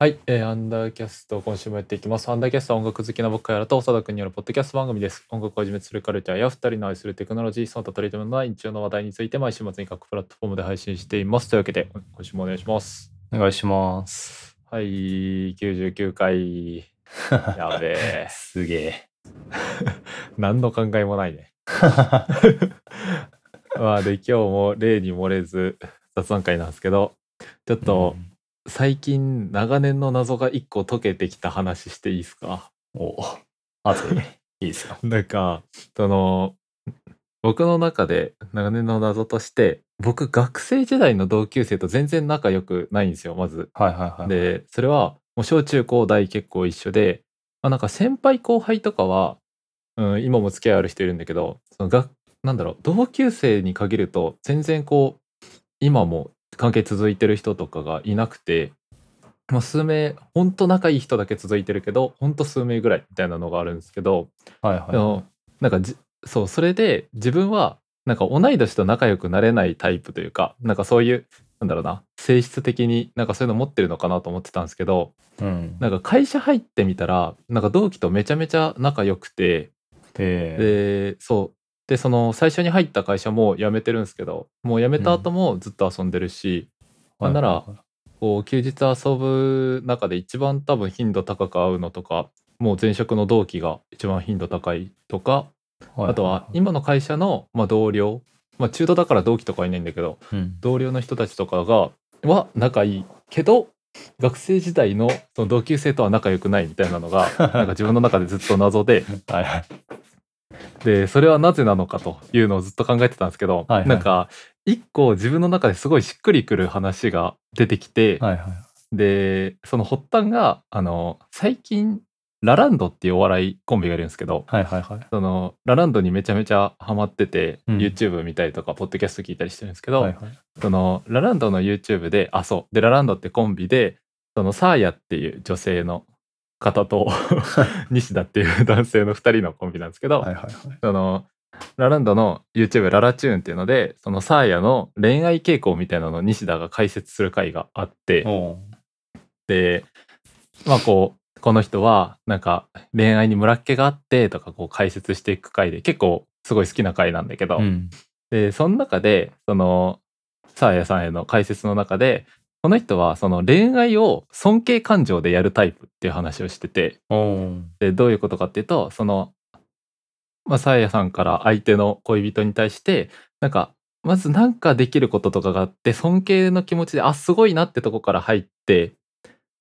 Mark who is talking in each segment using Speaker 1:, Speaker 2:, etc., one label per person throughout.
Speaker 1: はい、えーアンダーキャスト、今週もやっていきます。アンダーキャストは音楽好きな僕からと長田君によるポッドキャスト番組です。音楽をはじめとするカルチャーや二人の愛するテクノロジー、その他取り留めのない日常の話題について毎週末に各プラットフォームで配信しています。というわけで、今週もお願いします。
Speaker 2: お願いします。。
Speaker 1: はい、99回。やべえ
Speaker 2: すげえ。
Speaker 1: 何の考えもないね。まあで、今日も例に漏れず雑談会なんですけど、ちょっと最近長年の謎が一個解けてきた話していいですか
Speaker 2: うん、お熱 い。いいですよ。
Speaker 1: なんか、その、僕の中で長年の謎として、僕学生時代の同級生と全然仲良くないんですよ、まず。
Speaker 2: はいはいはい。、
Speaker 1: で、それは、もう小中高大結構一緒で、まあ、なんか先輩後輩とかは、うん、今も付き合いある人いるんだけど、そのが、なんだろう、同級生に限ると、全然こう、今も関係続いてる人とかがいなくて、まあ、数名、ほんと仲いい人だけ続いてるけど、ほんと数名ぐらいみたいなのがあるんですけど、
Speaker 2: はい
Speaker 1: で
Speaker 2: は
Speaker 1: もなんかじそうそれで自分はなんか同い年と仲良くなれないタイプというかなんかそういうなんだろうな性質的になんかそういうの持ってるのかなと思ってたんですけど
Speaker 2: い。うん。
Speaker 1: なんか会社入ってみたらなんか同期とめちゃめちゃ仲良くて
Speaker 2: え
Speaker 1: でそうでその最初に入った会社も辞めてるんですけどもう辞めた後もずっと遊んでるし、
Speaker 2: ー
Speaker 1: なんなら
Speaker 2: はいはいはい
Speaker 1: こう休日遊ぶ中で一番多分頻度高く会うのとかもう前職の同期が一番頻度高いとかあとは、今の会社の、まあ、同僚、まあ、中途だから同期とかはいないんだけど
Speaker 2: うん、
Speaker 1: 同僚の人たちとかがは仲いいけど学生時代のその同級生とは仲良くないみたいなのが なんか自分の中でずっと謎で
Speaker 2: はいはい。
Speaker 1: でそれはなぜなのかというのをずっと考えてたんですけど、
Speaker 2: はいはい
Speaker 1: なんか一個自分の中ですごいしっくりくる話が出てきて、
Speaker 2: はいはい。
Speaker 1: でその発端があの最近ラランドっていうお笑いコンビがいるんですけど
Speaker 2: はいはいはい。
Speaker 1: そのラランドにめちゃめちゃハマってて、
Speaker 2: うん
Speaker 1: YouTube 見たりとかポッドキャスト聞いたりしてるんですけど、
Speaker 2: はいはい。
Speaker 1: そのラランドの YouTube であそうでラランドってコンビでそのサーヤっていう女性の方と 西田っていう男性の2人のコンビなんですけど、
Speaker 2: はいはいはい。
Speaker 1: そのラランドの YouTube ララチューンっていうのでそのサーヤの恋愛傾向みたいなのを西田が解説する回があって、
Speaker 2: おう
Speaker 1: でまあこうこの人はなんか恋愛にムラっ気があってとかこう解説していく回で結構すごい好きな回なんだけど、
Speaker 2: うん。
Speaker 1: でその中でそのサーヤさんへの解説の中でこの人はその恋愛を尊敬感情でやるタイプっていう話をしてて
Speaker 2: おう
Speaker 1: でどういうことかっていうとそのまあサーヤさんから相手の恋人に対してなんかまずなんかできることとかがあって尊敬の気持ちであすごいなってとこから入って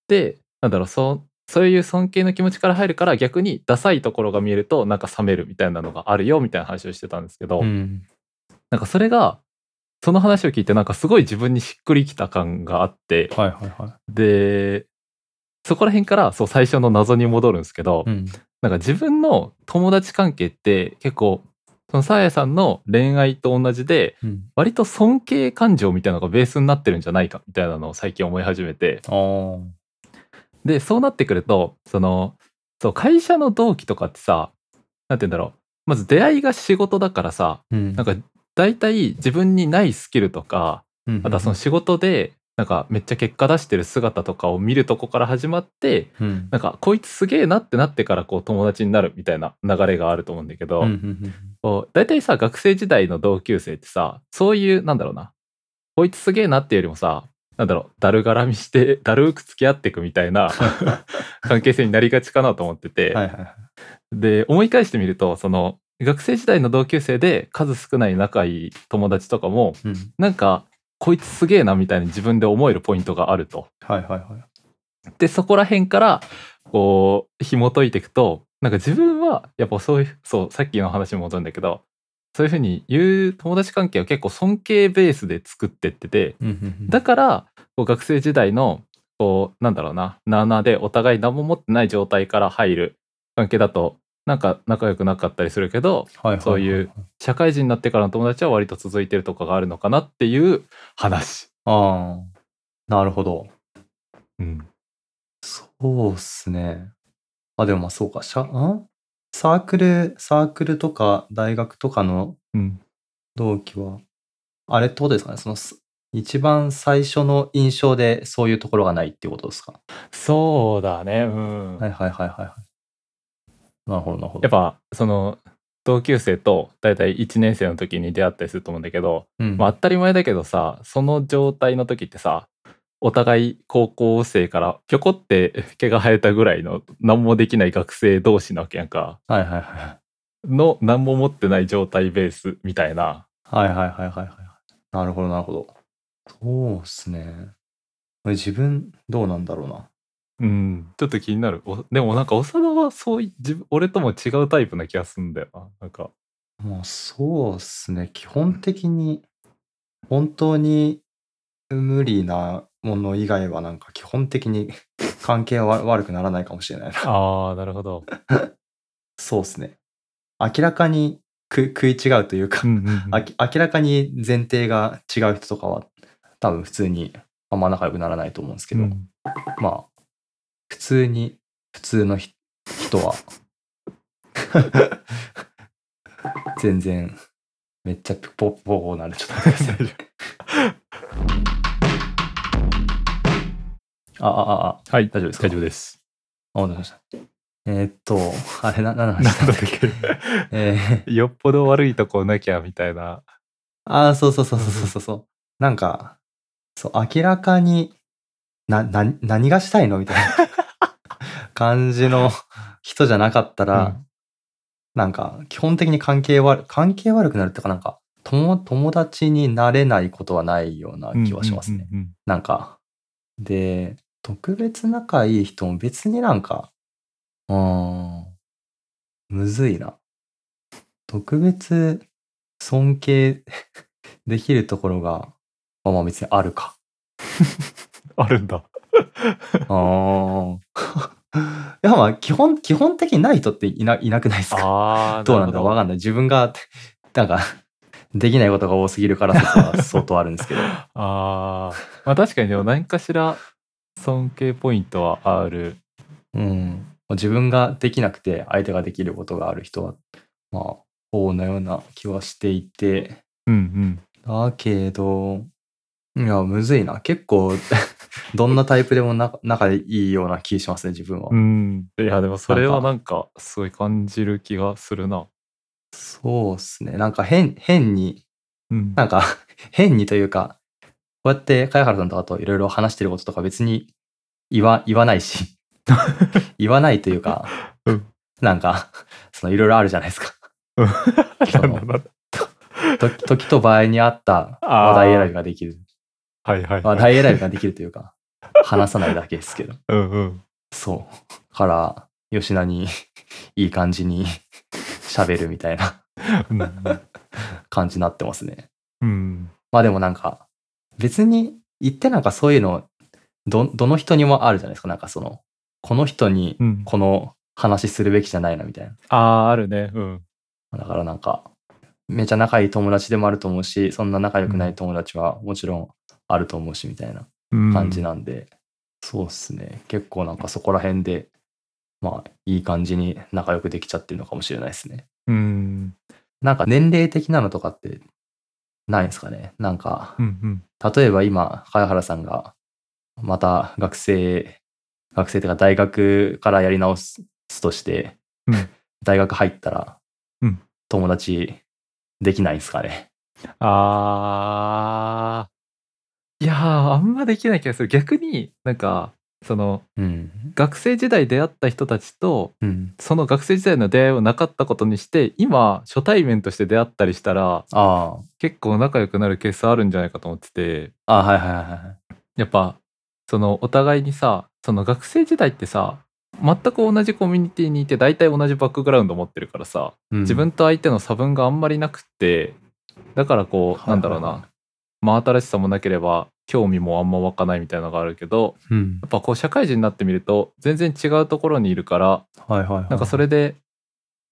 Speaker 1: でなんだろうそうそういう尊敬の気持ちから入るから逆にダサいところが見えるとなんか冷めるみたいなのがあるよみたいな話をしてたんですけど、
Speaker 2: うん。
Speaker 1: なんかそれがその話を聞いてなんかすごい自分にしっくりきた感があって
Speaker 2: はいはいは
Speaker 1: でそこら辺からそう最初の謎に戻るんですけど、
Speaker 2: い。うん。
Speaker 1: なんか自分の友達関係って結構そのサーヤさんの恋愛と同じで
Speaker 2: うん。
Speaker 1: 割と尊敬感情みたいなのがベースになってるんじゃないかみたいなのを最近思い始めて
Speaker 2: おう
Speaker 1: でそうなってくるとそのそう会社の同期とかってさなんて言うんだろうまず出会いが仕事だからさ
Speaker 2: うん。
Speaker 1: なんか大体自分にないスキルとか
Speaker 2: うん、
Speaker 1: あとはその仕事でなんかめっちゃ結果出してる姿とかを見るとこから始まって
Speaker 2: うん。
Speaker 1: なんかこいつすげえなってなってからこう友達になるみたいな流れがあると思うんだけど、
Speaker 2: うんうん
Speaker 1: こう大体さ学生時代の同級生ってさそういうなんだろうなこいつすげえなっていうよりもさなんだろうだるがらみして だるーく付き合っていくみた いな関係性になりがちかなと思ってて、
Speaker 2: うん。はいはいはい。
Speaker 1: で思い返してみるとその学生時代の同級生で数少ない仲いい友達とかも
Speaker 2: うん。
Speaker 1: なんかこいつすげえなみたいに自分で思えるポイントがあると。
Speaker 2: はいはいはい。
Speaker 1: でそこら辺からこう紐解いていくとなんか自分はやっぱそういうそうさっきの話に戻るんだけどそういうふうに言う友達関係を結構尊敬ベースで作ってってて
Speaker 2: うんうんうん
Speaker 1: だからこう学生時代のこうなんだろうななあなあでお互い何も持ってない状態から入る関係だとなんか仲良くなかったりするけど
Speaker 2: はいはいはい
Speaker 1: そういう。社会人になってからの友達は割と続いてるとかがあるのかなっていう話。
Speaker 2: ああ。なるほど。
Speaker 1: うん、
Speaker 2: そうっすね。あ、でもまあそうか、しゃ、んサークル、サークルとか大学とかの
Speaker 1: うん、
Speaker 2: 同期は、あれってことですかね、そのす、一番最初の印象でそういうところがないっていうことですか。
Speaker 1: そうだねうん、
Speaker 2: はいはいはいはいはい。なるほどなるほど。
Speaker 1: やっぱその同級生と大体1年生の時に出会ったりすると思うんだけど、
Speaker 2: うん、
Speaker 1: まあ、当たり前だけどさその状態の時ってさお互い高校生からぴょこって毛が生えたぐらいの何もできない学生同士なわけやんか
Speaker 2: はいはいはい。
Speaker 1: の何も持ってない状態ベースみたいな
Speaker 2: はいはいはいはいはい。なるほどなるほど。そうっすね。自分どうなんだろうな。
Speaker 1: うんちょっと気になるおでもなんか長田はそうい自分俺とも違うタイプな気がするんだよななんか
Speaker 2: もうそうっすね。基本的に本当に無理なもの以外はなんか基本的に関係は 悪くならないかもしれないな。
Speaker 1: ああなるほど、
Speaker 2: そうっすね。明らかにく食い違うというか、
Speaker 1: うんうんうん
Speaker 2: あき明らかに前提が違う人とかは多分普通にあんま仲良くならないと思うんですけど、
Speaker 1: うん
Speaker 2: まあ普通に普通のひ人は全然めっちゃポッポーなるちょっ と待ってくださいああああ
Speaker 1: はい
Speaker 2: 大丈夫ですか
Speaker 1: 大丈夫です
Speaker 2: あわかりましたえーっとあれな何の話
Speaker 1: な
Speaker 2: だっ
Speaker 1: んだ
Speaker 2: た
Speaker 1: っ
Speaker 2: っけ
Speaker 1: け
Speaker 2: えー
Speaker 1: よっぽど悪いとこなきゃみたいな
Speaker 2: ああ、そうそうそうそうそうそうそう。なんか、そう、明らかに、な、な、何がしたいのみたい な感じの人じゃなかったら、
Speaker 1: うん
Speaker 2: なんか、基本的に関係悪、関係悪くなるっていうか、なんか、友、友達になれないことはないような気はしますね。
Speaker 1: うんうんうん
Speaker 2: なんか、で、特別仲いい人も別になんか、うーん、むずいな。特別尊敬 できるところが、まあまあ別にあるか。
Speaker 1: うんあるんだ
Speaker 2: あ ーいやまあ基本、基本的にない人っていないなくないですか
Speaker 1: ああ
Speaker 2: どうなんだろうわかんない。自分が、 なんか、できないことが多すぎるからとか相当あるんですけど。
Speaker 1: あーまあ確かにでも何かしら尊敬ポイントはある
Speaker 2: うん、自分ができなくて相手ができることがある人はまあ王のような気はしていて
Speaker 1: うんうん
Speaker 2: だけどいやむずいな結構 どんなタイプでもな仲いいような気しますね自分は、
Speaker 1: うん、いやでもそれはな
Speaker 2: なん
Speaker 1: かすごい感じる気がするな。
Speaker 2: そうっすねなんか変変に
Speaker 1: うん、
Speaker 2: なんか 変にというかこうやって貝原さんとかといろいろ話してることとか別に言わ言わないし 言わないというか、
Speaker 1: うん
Speaker 2: なんかそのいろいろあるじゃないですか
Speaker 1: なんだなんだ
Speaker 2: と時と場合に合った
Speaker 1: あー
Speaker 2: 話題選びができる。
Speaker 1: はいはい、
Speaker 2: 話
Speaker 1: はい。
Speaker 2: 題選びができるというか、話さないだけですけど。
Speaker 1: うんうん。
Speaker 2: そう。から、吉田にいい感じに喋るみたいな
Speaker 1: うんうん
Speaker 2: 感じになってますね。
Speaker 1: うん。
Speaker 2: まあでもなんか、別に言ってなんかそういうの、ど、どの人にもあるじゃないですか。なんかその、この人に
Speaker 1: うん、
Speaker 2: この話するべきじゃないなみたいな。
Speaker 1: ああ、あるね。うん。
Speaker 2: だからなんか、めちゃ仲いい友達でもあると思うし、そんな仲良くない友達はもちろんあると思うしみたいな。
Speaker 1: うん
Speaker 2: 感じなんで、そうっすね結構なんかそこら辺でまあいい感じに仲良くできちゃってるのかもしれないですね
Speaker 1: うん
Speaker 2: なんか年齢的なのとかってないんですかねなんか
Speaker 1: うんうん。
Speaker 2: 例えば今貝原さんがまた学生学生というか大学からやり直すとして、
Speaker 1: うん
Speaker 2: 大学入ったら、
Speaker 1: うん
Speaker 2: 友達できないんですかね
Speaker 1: ああ。いやー、あんまできない気がする。逆になんか、その
Speaker 2: うん
Speaker 1: 学生時代出会った人たちと、
Speaker 2: うん
Speaker 1: その学生時代の出会いをなかったことにして、今、初対面として出会ったりしたら、
Speaker 2: あ
Speaker 1: 結構仲良くなるケースあるんじゃないかと思ってて。
Speaker 2: ああはいはいはいはい
Speaker 1: やっぱそのお互いにさその学生時代ってさ全く同じコミュニティにいて大体同じバックグラウンド持ってるからさ、
Speaker 2: うん
Speaker 1: 自分と相手の差分があんまりなくってだからこう
Speaker 2: はいはい
Speaker 1: な
Speaker 2: はい
Speaker 1: んだろうな、真新しさもなければ興味もあんま湧かないみたいなのがあるけど
Speaker 2: うん
Speaker 1: やっぱこう社会人になってみると全然違うところにいるから
Speaker 2: はいはいはい
Speaker 1: なんかそれで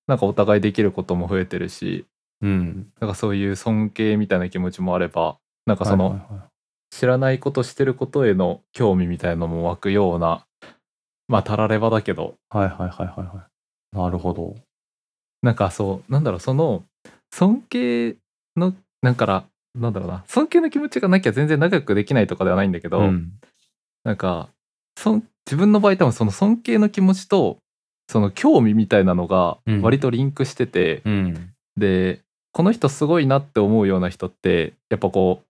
Speaker 1: なんかお互いできることも増えてるし
Speaker 2: うん
Speaker 1: なんかそういう尊敬みたいな気持ちもあればなんかその
Speaker 2: はいはいはい
Speaker 1: 知らないことしてることへの興味みたいのも湧くようなまあたらればだけど
Speaker 2: はいはいはいはいはい。なるほど。
Speaker 1: なんかそうなんだろうその尊敬のなんからなんだろうな尊敬の気持ちがなきゃ全然仲良くできないとかではないんだけど、
Speaker 2: うん。
Speaker 1: なんかそん自分の場合多分その尊敬の気持ちとその興味みたいなのが
Speaker 2: うん
Speaker 1: 割とリンクしてて、
Speaker 2: うん。
Speaker 1: でこの人すごいなって思うような人ってやっぱこう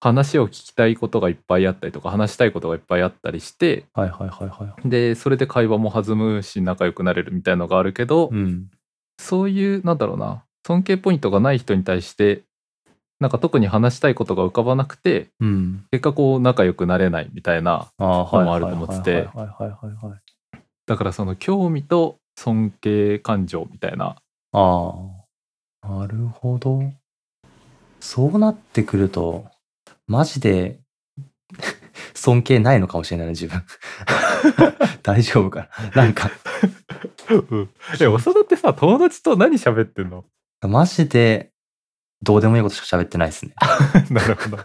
Speaker 1: 話を聞きたいことがいっぱいあったりとか話したいことがいっぱいあったりして
Speaker 2: はいはいはいはい。
Speaker 1: でそれで会話も弾むし仲良くなれるみたいのがあるけど、
Speaker 2: うん。
Speaker 1: そういうなんだろうな尊敬ポイントがない人に対してなんか特に話したいことが浮かばなくて
Speaker 2: うん。
Speaker 1: 結果こう仲良くなれないみたいな
Speaker 2: ああ、はい。
Speaker 1: のもあると思ってて
Speaker 2: はいはいはいはいはい。
Speaker 1: だからその興味と尊敬感情みたいな
Speaker 2: ああ、なるほど。そうなってくると、マジで 尊敬ないのかもしれないね、自 分。大丈夫かな。なんか、
Speaker 1: え長田ってさ友達と何喋ってんの
Speaker 2: マジで、どうでもいいことしか喋ってない ですね。
Speaker 1: なるほど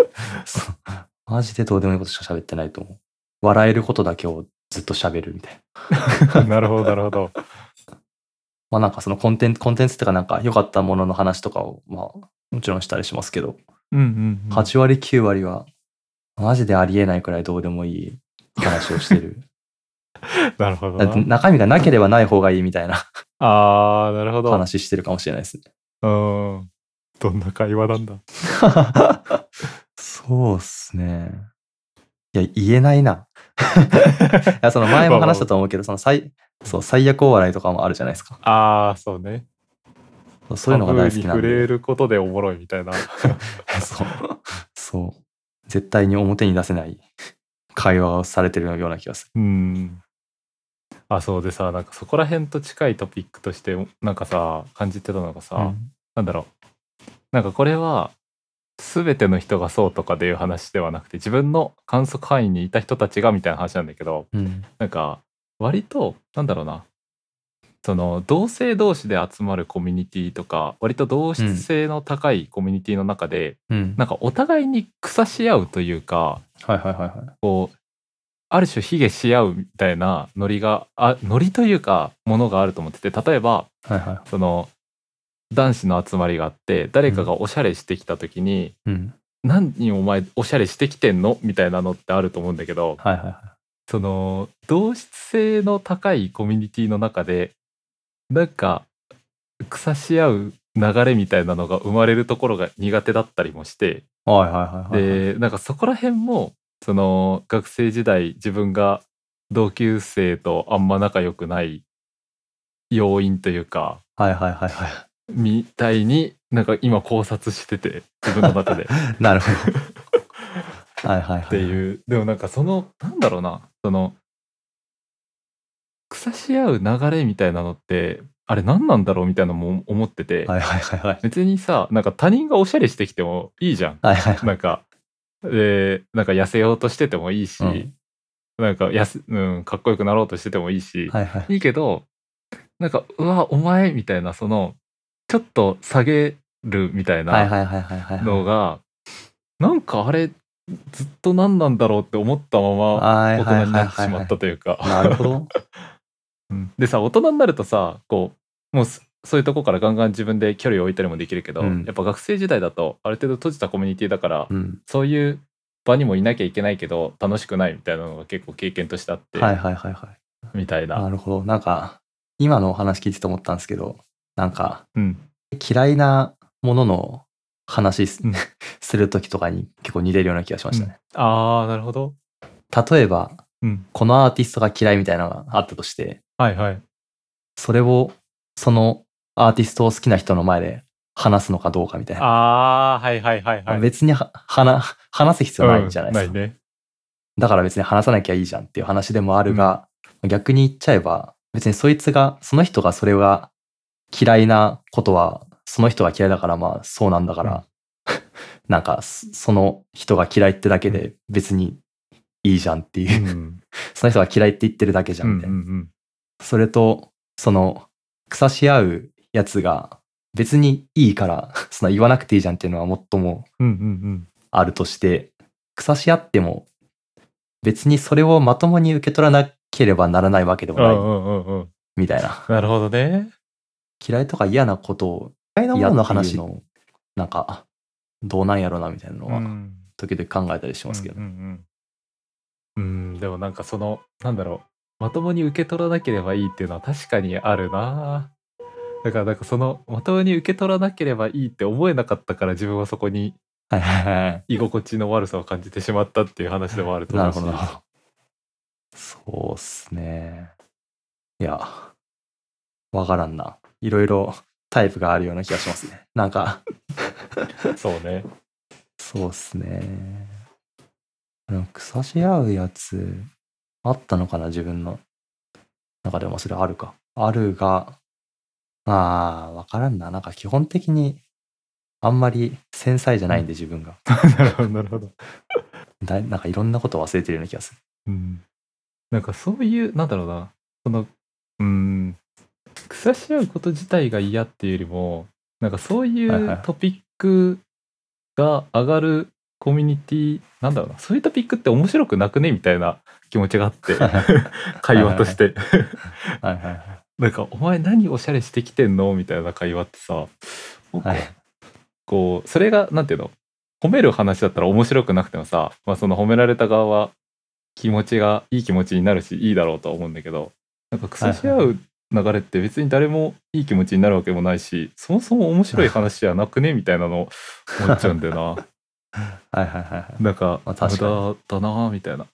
Speaker 2: そうマジでどうでもいいことしか喋ってないと思う。笑えることだけをずっと喋るみたいな。
Speaker 1: なるほどなるほど
Speaker 2: まあなんかそのコンテンツ、コンテンツっていうかなんか良かったものの話とかを、まあ、もちろんしたりしますけど、
Speaker 1: うんうん、うん、
Speaker 2: 8割9割は、マジでありえないくらいどうでもいい話をして る。
Speaker 1: なるほど
Speaker 2: だって中身がなければない方がいいみたいな
Speaker 1: あーなるほど
Speaker 2: 話してるかもしれないですね。
Speaker 1: うんどんな会話なんだ
Speaker 2: そうっすね。いや、言えない な。いや、その前も話したと思うけど、その最、そう、最悪お笑いとかもあるじゃないですか。
Speaker 1: ああそうね
Speaker 2: そうそういうのが大好きな
Speaker 1: タブーに
Speaker 2: ん
Speaker 1: 触れ
Speaker 2: で。
Speaker 1: ることでおもろいみたいな
Speaker 2: そう。そう。絶対に表に出せない会話をされてるような気がする。
Speaker 1: うん。あ、そうでさ、なんかそこら辺と近いトピックとして、なんかさ、感じてたのがさ、
Speaker 2: うん
Speaker 1: なんだろう。なんかこれは、すべての人がそうとかでいう話ではなくて、自分の観測範囲にいた人たちがみたいな話なんだけど、
Speaker 2: うん。
Speaker 1: なんか、割と、なんだろうな、その同性同士で集まるコミュニティとか割と同質性の高いコミュニティの中で、
Speaker 2: うん。
Speaker 1: なんかお互いに腐し合うというか、
Speaker 2: はいはいはいはい。
Speaker 1: こうある種卑下し合うみたいなノリがあノリというかものがあると思ってて例えば
Speaker 2: はいはい。
Speaker 1: その男子の集まりがあって誰かがおしゃれしてきた時に
Speaker 2: うん。
Speaker 1: 「何人お前おしゃれしてきてんの?」みたいなのってあると思うんだけど
Speaker 2: はいはいはい。
Speaker 1: その同質性の高いコミュニティの中でなんか腐し合う流れみたいなのが生まれるところが苦手だったりもして。
Speaker 2: はいはいはいはい。
Speaker 1: でなんかそこら辺もその学生時代自分が同級生とあんま仲良くない要因というか
Speaker 2: はいはいはいはい。
Speaker 1: みたいになんか今考察してて自分の中 でっ
Speaker 2: なるほど。はいはいはい。ってう。
Speaker 1: いうでもなんかそのなんだろうなその腐し合う流れみたいなのってあれ何なんだろうみたいなのも思ってて、
Speaker 2: はいはいはいはい。
Speaker 1: 別にさなんか他人がおしゃれしてきてもいいじゃん
Speaker 2: はいはいはい。
Speaker 1: なんか、で、なんか痩せようとしててもいいし、
Speaker 2: うん
Speaker 1: なんかやす、うん、かっこよくなろうとしててもいいし、
Speaker 2: はいはい。
Speaker 1: い、いけど、なんか、うわ、お前みたいな、その、ちょっと下げるみたい
Speaker 2: はい
Speaker 1: な
Speaker 2: はいはいはいはい。
Speaker 1: のが、なんかあれ、ずっと何なんだろうって思ったまま、
Speaker 2: はいはいは
Speaker 1: 大人
Speaker 2: いは
Speaker 1: に
Speaker 2: い
Speaker 1: なってしま
Speaker 2: は
Speaker 1: ったという
Speaker 2: い。
Speaker 1: か。
Speaker 2: なるほど。
Speaker 1: うんでさ、大人になるとさ、こう、もうす、そういうとこからガンガン自分で距離を置いたりもできるけど、
Speaker 2: うん
Speaker 1: やっぱ学生時代だとある程度閉じたコミュニティだから、
Speaker 2: うん。
Speaker 1: そういう場にもいなきゃいけないけど楽しくないみたいなのが結構経験としてあって、
Speaker 2: はいはいはいはい。
Speaker 1: みたいな。
Speaker 2: なるほど。なんか、今のお話聞いてて思ったんですけど、なんか、
Speaker 1: うん、
Speaker 2: 嫌いなものの話す,、
Speaker 1: うん
Speaker 2: するときとかに結構似てるような気がしましたね。
Speaker 1: ああなるほど。
Speaker 2: 例えば、
Speaker 1: うん、
Speaker 2: このアーティストが嫌いみたいなのがあったとして、
Speaker 1: はいはい。
Speaker 2: それを、そのアーティストを好きな人の前で話すのかどうかみたいな。
Speaker 1: ああーはいはいはいはい。
Speaker 2: 別には話話す必要ないじゃないですか、
Speaker 1: うん ないね。
Speaker 2: だから別に話さなきゃいいじゃんっていう話でもあるが、逆に言っちゃえば別にそいつがその人がそれが嫌いなことはその人が嫌いだからまあそうなんだから、
Speaker 1: う
Speaker 2: なんかそその人が嫌いってだけで別にいいじゃんっていう、
Speaker 1: うん
Speaker 2: その人が嫌いって言ってるだけじゃ
Speaker 1: うん
Speaker 2: ん
Speaker 1: う
Speaker 2: みたいな、
Speaker 1: ん
Speaker 2: それとその腐し合うやつが別にいいから その言わなくていいじゃんっていうのは最も
Speaker 1: うんうんうん
Speaker 2: あるとして腐し合っても別にそれをまともに受け取らなければならないわけでも
Speaker 1: うんう
Speaker 2: ない
Speaker 1: んうんうん。
Speaker 2: みたいな
Speaker 1: なるほどね。
Speaker 2: 嫌いとか嫌なことを
Speaker 1: 嫌いな
Speaker 2: 嫌な話のなんかどうなんやろなみたいなの
Speaker 1: う
Speaker 2: は
Speaker 1: ん
Speaker 2: 時々考えたりしますけど、
Speaker 1: うんうんうんうんでもなんかそのなんだろうまともに受け取らなければいいっていうのは確かにあるなだからなんかそのまともに受け取らなければいいって思えなかったから自分はそこに
Speaker 2: はいはいはい
Speaker 1: 居心地の悪さを感じてしまったっていう話でもあると
Speaker 2: な
Speaker 1: 思
Speaker 2: る
Speaker 1: うし
Speaker 2: ほどなるほどそうっすねいやわからんないろいろタイプがあるような気がしますねなんか
Speaker 1: そうね
Speaker 2: そうっすねなんか差し合うやつあったのかな自分の中でもそれあるかあるがあーわからんななんか基本的にあんまり繊細じゃないんで自分が
Speaker 1: なるほどなるほど
Speaker 2: だいなんかいろんなことを忘れてるような気が する
Speaker 1: うんなんかそういうなんだろうなそのうん草し合うこと自体が嫌っていうよりもなんかそうい
Speaker 2: はいは
Speaker 1: う
Speaker 2: い
Speaker 1: トピックが上がるコミュニティなんだろうなそういうトピックって面白くなくねみたいな気持ちがあって会話として
Speaker 2: はいはいはい
Speaker 1: なんか「お前何おしゃれしてきてんの?」みたいな会話ってさ僕
Speaker 2: はい
Speaker 1: こうそれがなんていうの褒める話だったら面白くなくてもさ、まあ、その褒められた側は気持ちがいい気持ちになるしいいだろうとは思うんだけどなんか腐し合う流れって別に誰もいい気持ちになるわけもないしそもそも面白い話じゃなくねみたいなの思っちゃうんだ よ
Speaker 2: はいはいはいはい
Speaker 1: ななんか
Speaker 2: まあ
Speaker 1: 無
Speaker 2: 確かに
Speaker 1: 駄だなみたいな。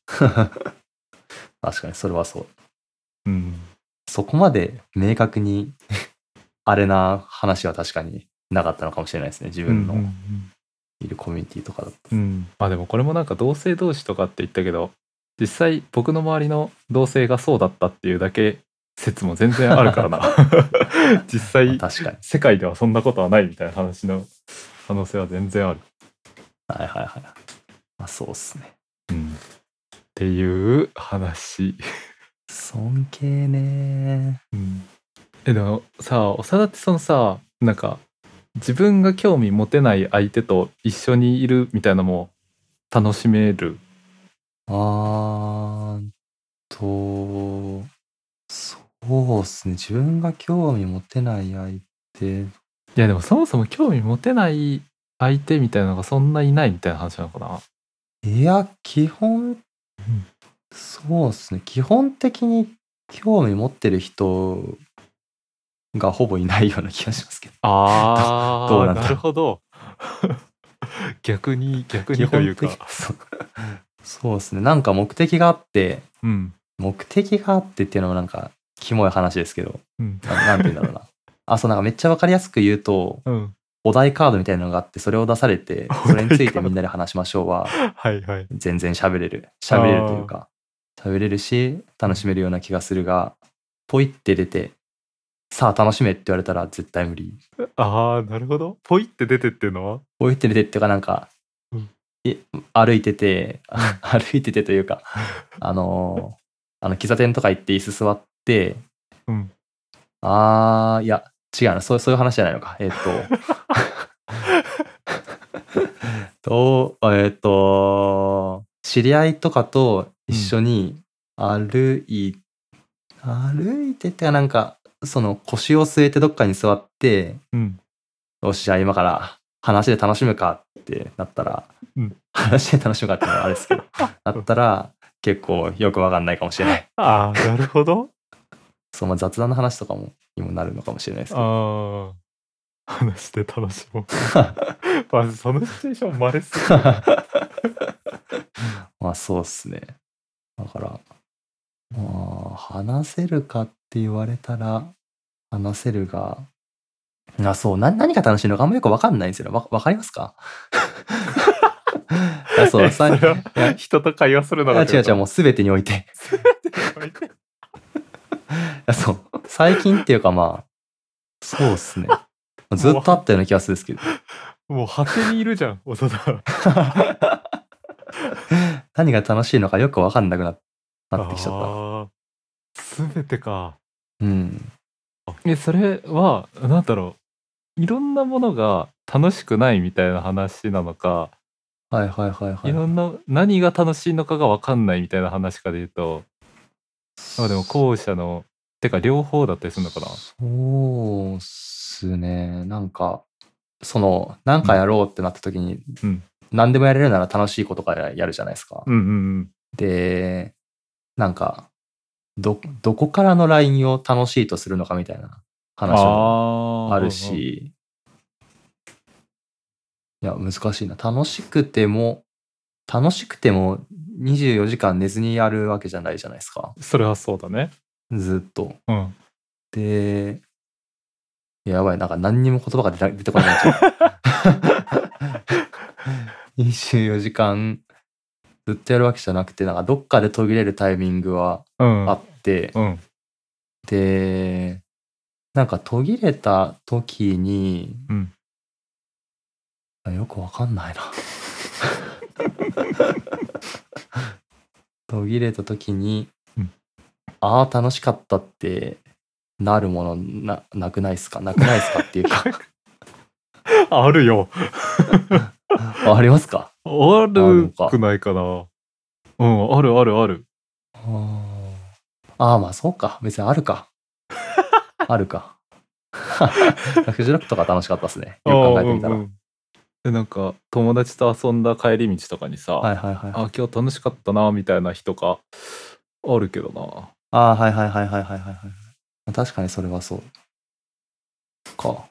Speaker 2: 確かにそれはそう
Speaker 1: うん
Speaker 2: そこまで明確に あれな話は確かになかったのかもしれないですね自分
Speaker 1: うんう
Speaker 2: の
Speaker 1: ん
Speaker 2: いるコミュニティとかだと、
Speaker 1: うん、まあでもこれもなんか同性同士とかって言ったけど実際僕の周りの同性がそうだったっていうだけ説も全然ある からな実際
Speaker 2: まあ確かに
Speaker 1: 世界ではそんなことはないみたいな話の可能性は全然ある、
Speaker 2: はいはいはいまあそうっすね
Speaker 1: うん、っていう話、
Speaker 2: 尊敬ね
Speaker 1: うん、えでもさ長田ってそのさなんか自分が興味持てない相手と一緒にいるみたいなのも楽しめる
Speaker 2: あーとそうっすね自分が興味持てない相手
Speaker 1: いやでもそもそも興味持てない相手みたいなのがそんないないみたいな話なのかない
Speaker 2: や基本そうっすね基本的に興味持ってる人がほぼいないような気がしますけど
Speaker 1: あ
Speaker 2: どどうな
Speaker 1: なん
Speaker 2: だ
Speaker 1: るほ ど逆に逆
Speaker 2: 基
Speaker 1: にという
Speaker 2: 本的
Speaker 1: か
Speaker 2: にそうそうですねなんか目的があって
Speaker 1: うん
Speaker 2: 目的があってっていうのもなんかキモい話ですけど
Speaker 1: うん
Speaker 2: ななんて言うんだろうなあそうなんかめっちゃわかりやすく言うと
Speaker 1: うん
Speaker 2: お題カードみたいなのがあってそれを出され て
Speaker 1: お題カード
Speaker 2: それについてみんなで話しましょうは
Speaker 1: はいはい
Speaker 2: 全然喋れる喋れるというか喋れるし楽しめるような気がするがポイって出てさあ楽しめって言われたら絶対無理
Speaker 1: ああなるほどポイって出てっていうのは
Speaker 2: ポイって出てっていうかなんか、
Speaker 1: うん
Speaker 2: え歩いてて 歩いててという かあのーあの喫茶店とか行って椅子座って
Speaker 1: うん
Speaker 2: あーいや違うなそうそういう話じゃないのかえっ、 ととえっ、と知り合いとかと一緒に歩い、歩いててなんかその腰を据えてどっかに座って
Speaker 1: うん
Speaker 2: よし、じゃあ今から話で楽しむかってなったら、
Speaker 1: うん
Speaker 2: 話で楽しむかっていうのはあれですけ ど、なったら結構よくわかんないかもしれない。
Speaker 1: ああなるほど
Speaker 2: その雑談の話とかもにもなるのかもしれないですけど。
Speaker 1: ああ話して楽しもう まずそのシチュエーションまれすぎ る
Speaker 2: まあそうっすね。だから、まあ話せるかって言われたら話せるが、あそうな何が楽しいのかあんまよくわかんないんですよね。わわかりますか いやそう
Speaker 1: え
Speaker 2: さい
Speaker 1: れは
Speaker 2: や
Speaker 1: 人と会話するの
Speaker 2: あ
Speaker 1: が
Speaker 2: 違う違う、もう全てにおいて。いや そう。最近っていうかまあ、そうっすね。 ずっとあったような気がするんですけど。
Speaker 1: もう果てにいるじゃん長田
Speaker 2: 何が楽しいのかよくわかんなくななってきちゃっ
Speaker 1: った全てか
Speaker 2: た。うん。
Speaker 1: えそれは何だろういろんなものが楽しくないみたいな話なのか、
Speaker 2: はいはいはい
Speaker 1: い、
Speaker 2: は
Speaker 1: ろんな何が楽しいのかが分かんないみたいな話かで言うと
Speaker 2: い。
Speaker 1: あでも後者のてか両方だったりするのかな
Speaker 2: そうっすね。なんか、その、なんかやろうってなった時に、
Speaker 1: うん
Speaker 2: 何でもやれるなら楽しいことからやるじゃないですか。
Speaker 1: うんうん
Speaker 2: で、なんか、ど、どこからのラインを楽しいとするのかみたいな
Speaker 1: うん。
Speaker 2: 話も
Speaker 1: あー
Speaker 2: ある。し、いや、難しいな。楽しくても、楽しくても24時間寝ずにやるわけじゃないじゃないですか。
Speaker 1: それはそうだね。
Speaker 2: ずっと。
Speaker 1: うん。
Speaker 2: で、やばい、なんか何にも言葉が出た出てこなくなっち ゃう。24時間ずっとやるわけじゃなくて、なんかどっかで途切れるタイミングは
Speaker 1: うん。
Speaker 2: あって、
Speaker 1: うん。
Speaker 2: で、なんか途切れた時に、
Speaker 1: うん
Speaker 2: あよくわかんない な。途切れた時に、
Speaker 1: うん
Speaker 2: ああ、楽しかったってなるものななくないっすかなくないっすかっていう か、
Speaker 1: あるよ。
Speaker 2: あありますか
Speaker 1: あ
Speaker 2: る
Speaker 1: る
Speaker 2: か
Speaker 1: くないかな。うん、あるあるある。
Speaker 2: ああー、まあそうか。別にある か。あるか。 フジロックとか楽しかったっすね。よく考えてみたら。
Speaker 1: あーうんうんで、なんか、友達と遊んだ帰り道とかにさ、
Speaker 2: はいはいはい。
Speaker 1: あ、今日楽しかったな、みたいな日とか、あるけどな。
Speaker 2: ああ、はいはいはいはいはいはいはい。確かにそれはそう。 か。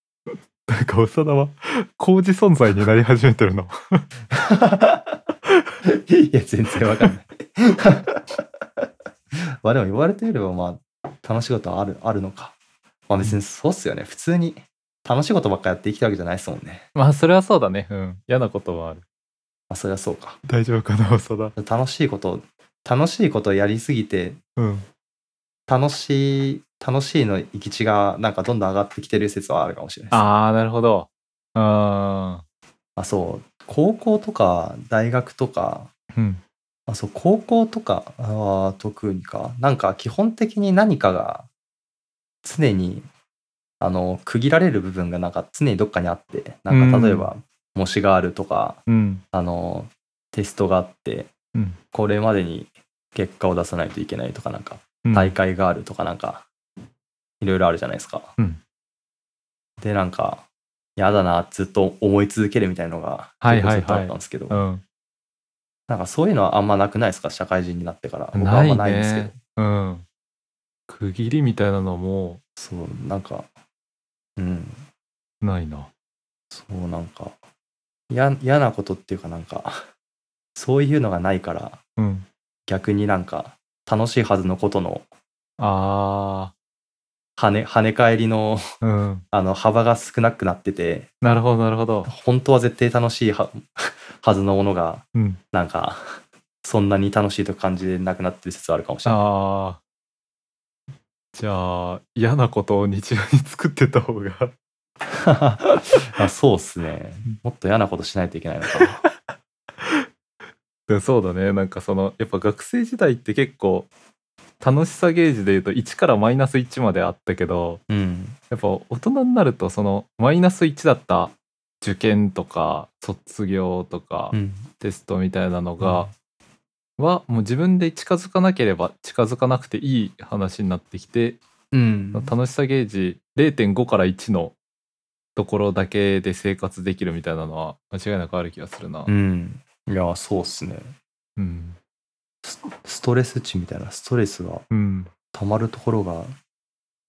Speaker 1: なんか、長田は、工事存在になり始めてるの。
Speaker 2: いや、全然わかんない。 まあでも言われてみれば、まあ、楽しいことはある、あるのか。まあ別にそうっすよね。普通に楽しいことばっかやって生きたわけじゃないですもんね。
Speaker 1: まあ、それはそうだね。うん。嫌なことはある。
Speaker 2: まあそりゃそうか。
Speaker 1: 大丈夫かな、長田。
Speaker 2: 楽しいこと、楽しいことやりすぎて、
Speaker 1: うん。
Speaker 2: 楽しい、楽しいの行き地がなんかどんどん上がってきてる説はあるかもしれないです。
Speaker 1: あー、なるほど。あ
Speaker 2: まあそう、高校とか大学とか、
Speaker 1: ー。うん。
Speaker 2: あそう高校とかは特にかなんか基本的に何かが常にあの区切られる部分がなんか常にどっかにあってなんか
Speaker 1: うん
Speaker 2: 例えば模試があるとか、
Speaker 1: うん。
Speaker 2: あのテストがあって、
Speaker 1: うん
Speaker 2: これまでに結果を出さないといけないとかなんか
Speaker 1: うん
Speaker 2: 大会があるとかなんかいろいろあるじゃないですか。
Speaker 1: うん
Speaker 2: でなんかやだなずっと思い続けるみたいのが
Speaker 1: はい
Speaker 2: 結構
Speaker 1: はいはい
Speaker 2: ずっとあったんですけど、
Speaker 1: うん。
Speaker 2: なんかそういうのはあんまなくないですか社会人になってから。僕はあ
Speaker 1: なんい
Speaker 2: まないんですけど
Speaker 1: ね。。うん。区切りみたいなのも
Speaker 2: そう、なんか、うん、
Speaker 1: ないな。
Speaker 2: そう、なんか、や嫌なことっていうかなんか、 そういうのがないから、
Speaker 1: うん。
Speaker 2: 逆になんか、楽しいはずのことの
Speaker 1: あ
Speaker 2: 跳ね、跳ね返りの、
Speaker 1: ー。うん。
Speaker 2: あの、幅が少なくなってて、
Speaker 1: なるほど、なるほど。
Speaker 2: 本当は絶対楽しいははずのものが、
Speaker 1: うん。
Speaker 2: なんか、そんなに楽しいと感じれなくなってる説はあるかもしれない。
Speaker 1: ああ。じゃあ、嫌なことを日常に作ってた方が。
Speaker 2: あそうっすね。もっと嫌なことしないといけないのかな。
Speaker 1: でそうだね。なんかその、やっぱ学生時代って結構、楽しさゲージで言うと1からマイナス1まであったけど、
Speaker 2: うん。
Speaker 1: やっぱ大人になると、その、マイナス1だった受験とか、卒業とか、
Speaker 2: うん。
Speaker 1: テストみたいなのが、はもう自分で近づかなければ近づかなくていい話になってきて、
Speaker 2: うん。
Speaker 1: 楽しさゲージ0.5から1のところだけで生活できるみたいなのは間違いなくある気がするな。
Speaker 2: うん。いや、そうっすね。
Speaker 1: うん。
Speaker 2: ストレス値みたいな、ストレスが
Speaker 1: うん。
Speaker 2: 溜まるところが、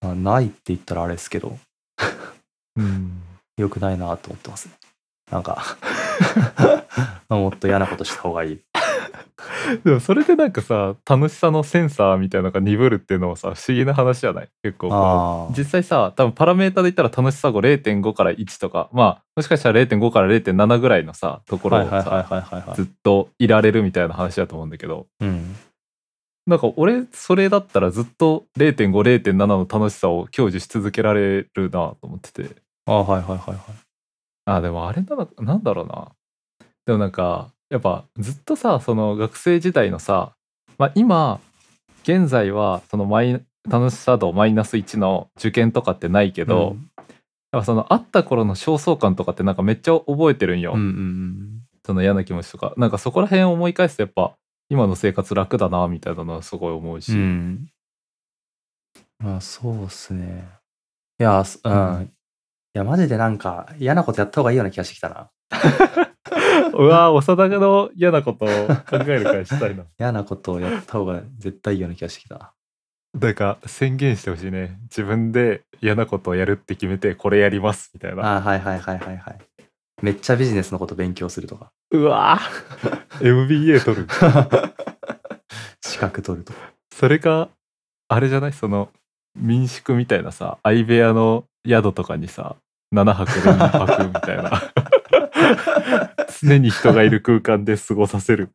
Speaker 2: まあないって言ったらあれですけど、
Speaker 1: うん。
Speaker 2: 良くないなと思ってますね。なんか、 もっと嫌なことした方がいい。
Speaker 1: でもそれでなんかさ、楽しさのセンサーみたいなのが鈍るっていうのもさ、不思議な話じゃない結構こう
Speaker 2: あ
Speaker 1: 実際さ、多分パラメータで言ったら楽しさを0.5から1とか、まあ、もしかしたら0.5から0.7ぐらいのさ、と
Speaker 2: あ。
Speaker 1: ころ
Speaker 2: は
Speaker 1: を
Speaker 2: い
Speaker 1: さ、
Speaker 2: はいはいはいはい、はい
Speaker 1: ずっといられるみたいな話だと思うんだけど
Speaker 2: うん。
Speaker 1: なんか俺それだったらずっと0.50.7の楽しさを享受し続けられるなと思ってて
Speaker 2: ああ、はいはいはいはい。
Speaker 1: あでもあれなのなんだろうなでもなんかやっぱずっとさその学生時代のさ、まあ、今現在はそのマイ楽しさ度マイナス1の受験とかってないけど、やっぱそのあった頃の焦燥感とかってなんかめっちゃ覚えてるんよ、
Speaker 2: うん、うんうん
Speaker 1: その嫌な気持ちとかなんかそこら辺を思い返すとやっぱ今の生活楽だなみたいなのはすごい思うし、
Speaker 2: うん。うん。まあ、そうっすね。いや、すうん。や、マジでなんか嫌なことやった方がいいような気がしてきたな。
Speaker 1: うわー長田の嫌なことを考える会したいな
Speaker 2: 嫌なことをやった方が絶対いいような気がしてきた。
Speaker 1: なんか宣言してほしいね自分で嫌なことをやるって決めてこれやりますみたいな
Speaker 2: あーはいはいはいはいはい。めっちゃビジネスのこと勉強するとか、
Speaker 1: うわー MBA 取る
Speaker 2: 資格取るとか。
Speaker 1: それかあれじゃないその民宿みたいなさ相部屋の宿とかにさ7泊で2泊みたいな常に人がいる空間で過ごさせる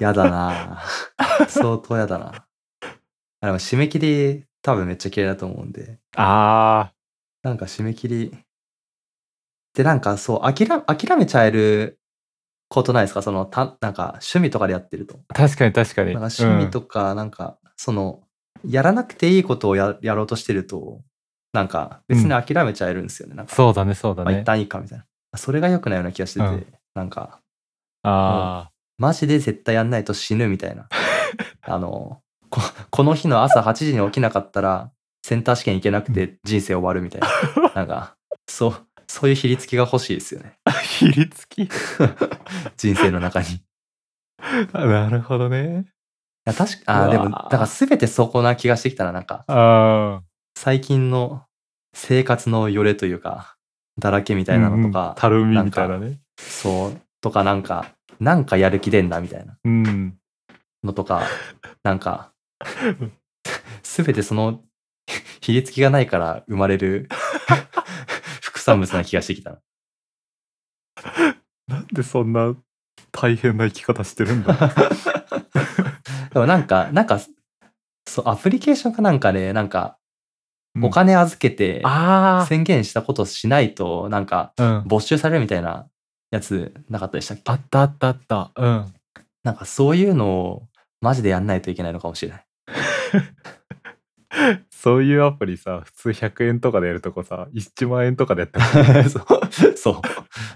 Speaker 2: やだ な相当やだな。あでも締め切り多分めっちゃ嫌いだと思うんで、
Speaker 1: あ
Speaker 2: なんか締め切り。で、なんかそう、諦諦めちゃえることないですかその、たなんか趣味とかでやってると。
Speaker 1: ー確かに確かに
Speaker 2: なんか趣味とか、なんか、その、やらなくていいことをややろうとしてると、なんか別に諦めちゃえるんですよね。なん
Speaker 1: うん
Speaker 2: か、
Speaker 1: そうだねそうだ
Speaker 2: まあ
Speaker 1: ね
Speaker 2: 一旦いいかみたいな。それが良くないような気がしてて、
Speaker 1: うん
Speaker 2: なんか、
Speaker 1: あ
Speaker 2: マジで絶対やんないと死ぬみた いな。あのこ、この日の朝8時に起きなかったら、センター試験行けなくて人生終わるみたいな。なんか、そう、そういうひりつきが欲しいですよね。
Speaker 1: あ ひりつき
Speaker 2: 人生の中に。い
Speaker 1: なるほどね
Speaker 2: や確か、あーでも、
Speaker 1: う
Speaker 2: だ
Speaker 1: わー
Speaker 2: から全てそこな気がしてきたら、なんか、
Speaker 1: ああ
Speaker 2: 最近の生活のよれというか、だらけみたいなのとか、
Speaker 1: たるみみたいなね
Speaker 2: そう、とかなんか、なんかやる気出んなみたいな
Speaker 1: うん
Speaker 2: のと か、なんか、すべてその、ひりつきがないから生まれ る副産物な気がしてきた。
Speaker 1: なんでそんな大変な生き方してるんだ
Speaker 2: でもなんか、なんか、そう、アプリケーションかなんかね、なんか、
Speaker 1: うん
Speaker 2: お金預けて、
Speaker 1: あ
Speaker 2: 宣言したことしないと、なんか、
Speaker 1: あうん
Speaker 2: 没収されるみたいなやつなかったでしたっけ
Speaker 1: あったあったあったうん
Speaker 2: なんかそういうのをマジでやんないといけないのかもしれない。
Speaker 1: そういうアプリさ、普通100円とかでやるとこさ、1万円とかでや った ら
Speaker 2: そう。そう。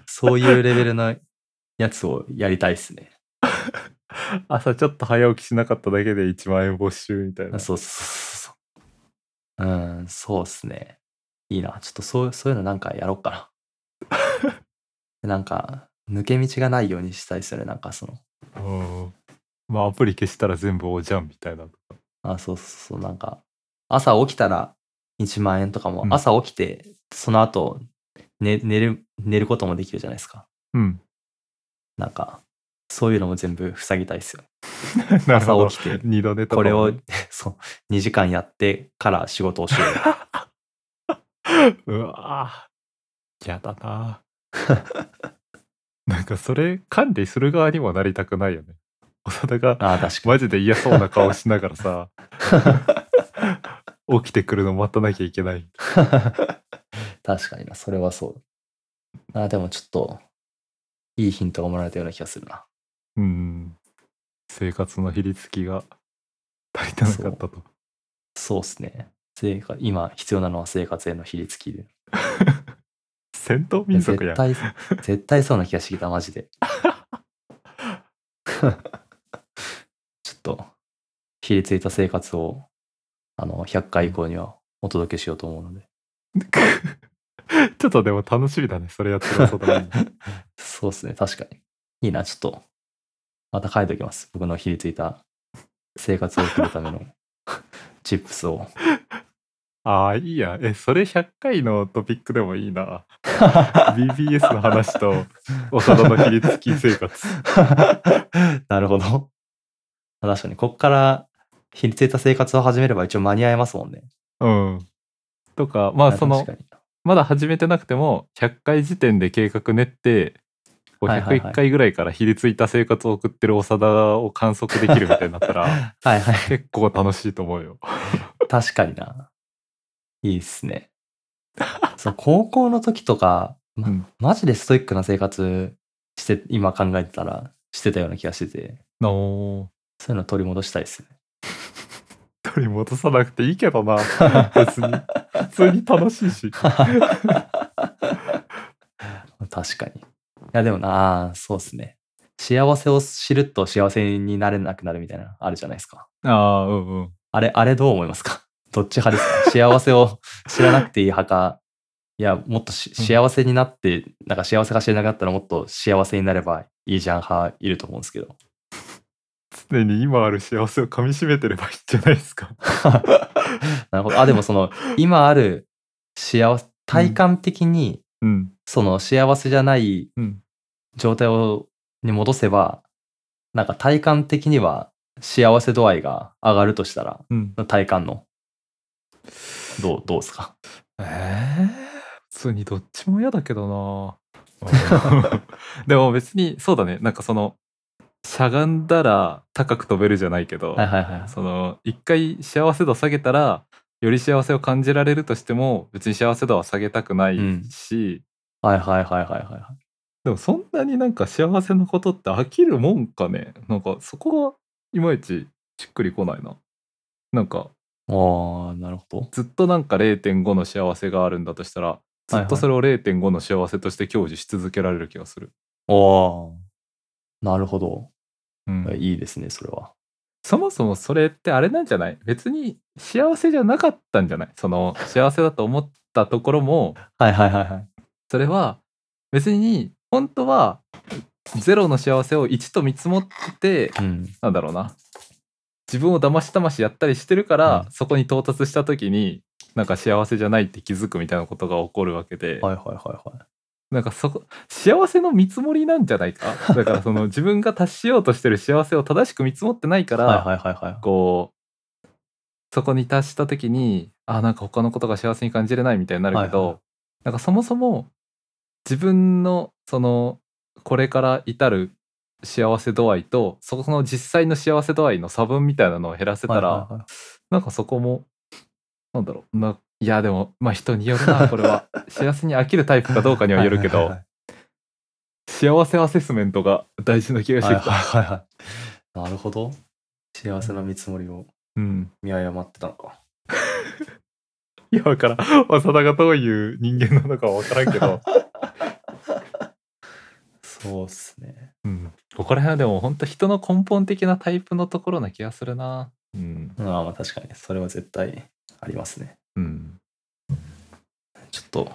Speaker 2: そういうレベルのやつをやりたいっすね。
Speaker 1: 朝ちょっと早起きしなかっただけで1万円没収みたいな。
Speaker 2: そうそうそうそう。うん、そうっすね。いいな。ちょっとそうそういうのなんかやろうか な。なんか、抜け道がないようにしたいっすよね。なんかその、
Speaker 1: うんまあアプリ消したら全部おじゃんみたいな。
Speaker 2: あ、そうそうそう、なんか、朝起きたら1万円とかも、
Speaker 1: うん
Speaker 2: 朝起きて、その後、ね、寝る、寝ることもできるじゃないですか。
Speaker 1: うん。
Speaker 2: なんか、そういうのも全部塞ぎたいですよ。
Speaker 1: なるほ
Speaker 2: 朝
Speaker 1: ど
Speaker 2: 起。きて、
Speaker 1: 二度寝とか
Speaker 2: こ
Speaker 1: も
Speaker 2: れ を、 そう、2時間やってから仕事をしよ う。
Speaker 1: うわぁ。やだな ぁなんかそれ管理する側にもなりたくないよね。長田が
Speaker 2: ああ、確か
Speaker 1: マジで嫌そうな顔しなが らさ、起きてくるの待たなきゃいけない。
Speaker 2: に。 確かにな、それはそう。ああ、でもちょっと、いいヒントがもらえたような気がするな。
Speaker 1: うん。生活のひりつきが足りてなかったと。
Speaker 2: そうっすね。生活今必要なのは生活への比率きで。
Speaker 1: 戦闘民族や
Speaker 2: 絶
Speaker 1: ん。
Speaker 2: 対、絶対そうな気がしてきた、マジで。ちょっと、ひりついた生活を、あの、100回以降にはお届けしようと思うので。
Speaker 1: ちょっとでも楽しみだね。それやって るそうだね。
Speaker 2: そうですね、確かに。いいな、ちょっと。また書いておきます。僕のひりついた生活を送るた めのチップスを。
Speaker 1: ああ、いいやん。え、それ100回のトピックでもい いな。BBS の話と、おさのひりつき生活。
Speaker 2: なるほど。確かに、こっからひりついた生活を始めれば一応間に合いますもんね。
Speaker 1: うん。とか、まあその
Speaker 2: 確か、に
Speaker 1: まだ始めてなくても、100回時点で計画練って、こう
Speaker 2: はいはいはい
Speaker 1: 101回ぐらいからひりついた生活を送ってる長田を観測できるみたいになったら、
Speaker 2: はいはい。
Speaker 1: 結構楽しいと思うよ。
Speaker 2: 確かにな。いいっすね。そう、高校の時とか、ま
Speaker 1: うん
Speaker 2: マジでストイックな生活して、今考えてたら、してたような気がしてて、
Speaker 1: の
Speaker 2: そういうの取り戻したいっすね。
Speaker 1: 取り戻さなくていいけどな 別に普通に楽し いし
Speaker 2: 確かに。いや、でもな、あーそうっすね。幸せを知ると幸せになれなくなるみたいな、あるじゃないですか。
Speaker 1: ああうんうん
Speaker 2: あれ、あれどう思いますかどっち派ですか幸せを知らなくていい派か、いや、もっとし幸せになって、なんか幸せが知れなくなったらもっと幸せになればいいじゃん派いると思うんですけど。
Speaker 1: 常に今ある幸せをかみしめてればいいんじゃないですか。
Speaker 2: なるほど。あ、でもその、今ある幸せ、体感的に、
Speaker 1: うん。
Speaker 2: その幸せじゃない
Speaker 1: うん
Speaker 2: 状態を、に戻せば、なんか体感的には幸せ度合いが上がるとしたら、
Speaker 1: うん。
Speaker 2: 体感の、どう、どうですか
Speaker 1: えー、普通にどっちも嫌だけど なでも別にそうだねなんかそのしゃがんだら高く飛べるじゃないけど、
Speaker 2: はいはいはい。
Speaker 1: その一回幸せ度下げたらより幸せを感じられるとしても別に幸せ度は下げたくないし、
Speaker 2: はいはいはいはいはいはい。
Speaker 1: でもそんなになんか幸せなことって飽きるもんかねなんかそこがいまいちしっくりこないななんか
Speaker 2: ああ、なるほど。
Speaker 1: ずっとなんか0.5の幸せがあるんだとしたらずっとそれを0.5の幸せとして享受し続けられる気がする、
Speaker 2: おお、なるほど。
Speaker 1: うん
Speaker 2: いいですね、それは。
Speaker 1: そもそもそれってあれなんじゃない別に幸せじゃなかったんじゃないその幸せだと思ったところも
Speaker 2: はいはいはいはい。
Speaker 1: それは別に本当は0の幸せを1と見積もって
Speaker 2: うん。
Speaker 1: なんだろうな自分を騙し騙しやったりしてるから、
Speaker 2: うん
Speaker 1: そこに到達した時になんか幸せじゃないって気づくみたいなことが起こるわけで、
Speaker 2: はいはいはいはい。
Speaker 1: なんかそこ幸せの見積もりなんじゃないか だからその自分が達しようとしてる幸せを正しく見積もってないから、
Speaker 2: はいはいはいはい。
Speaker 1: こうそこに達した時にあなんか他のことが幸せに感じれないみたいになるけど、
Speaker 2: はいはい
Speaker 1: なんかそもそも自分のそのこれから至る幸せ度合いとそこの実際の幸せ度合いの差分みたいなのを減らせたら、
Speaker 2: はいはいはい
Speaker 1: なんかそこもなんだろうないやでもまあ人によるなこれ は幸せに飽きるタイプかどうかにはよるけど、
Speaker 2: はいはい
Speaker 1: 幸せアセスメントが大事な気がして
Speaker 2: はい
Speaker 1: きた、
Speaker 2: はいはいはい。なるほど。幸せの見積もりを
Speaker 1: うん
Speaker 2: 見誤ってたのか。
Speaker 1: いやわからん長田がどういう人間なのかは分からん けど
Speaker 2: そうっすね。
Speaker 1: うん、ここら辺はでも本当人の根本的なタイプのところな気がするな。うん。
Speaker 2: あーまあ確かに、それは絶対ありますね。
Speaker 1: うん。
Speaker 2: ちょっと、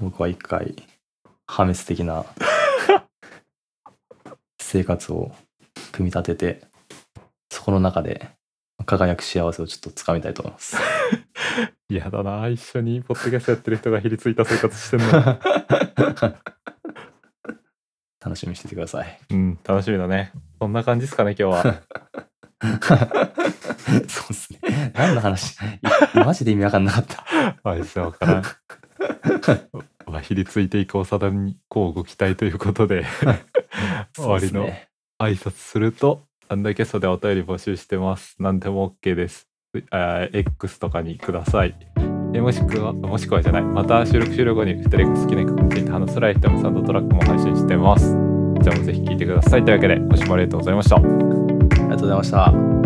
Speaker 2: 僕は一回、破滅的な 生活を組み立てて、そこの中で輝く幸せをちょっとつかみたいと思い ます。
Speaker 1: 嫌だな。一緒にポッドキャストやってる人がひりついた生活して るの。
Speaker 2: 楽しみにしててください。
Speaker 1: うん。楽しみだね。そんな感じですかね、今日は。
Speaker 2: そうですね。何の話いマジで意味わかんなかった。
Speaker 1: あいつわ からん。まあ、ひりついていく長田にこうご期待ということで、 終わり
Speaker 2: そうっす
Speaker 1: の
Speaker 2: ね
Speaker 1: 挨拶すると、アンダーキャストでお便り募集してます。何でも OK です。あー X とかにください。えもしくは、もしくはじゃない。また収録終了後に2人が好きな曲について話すライフタイムサンドトラックも配信してます。じゃあもうぜひ聴いてください。というわけで、ご視聴ありがとうございました。
Speaker 2: ありがとうございました。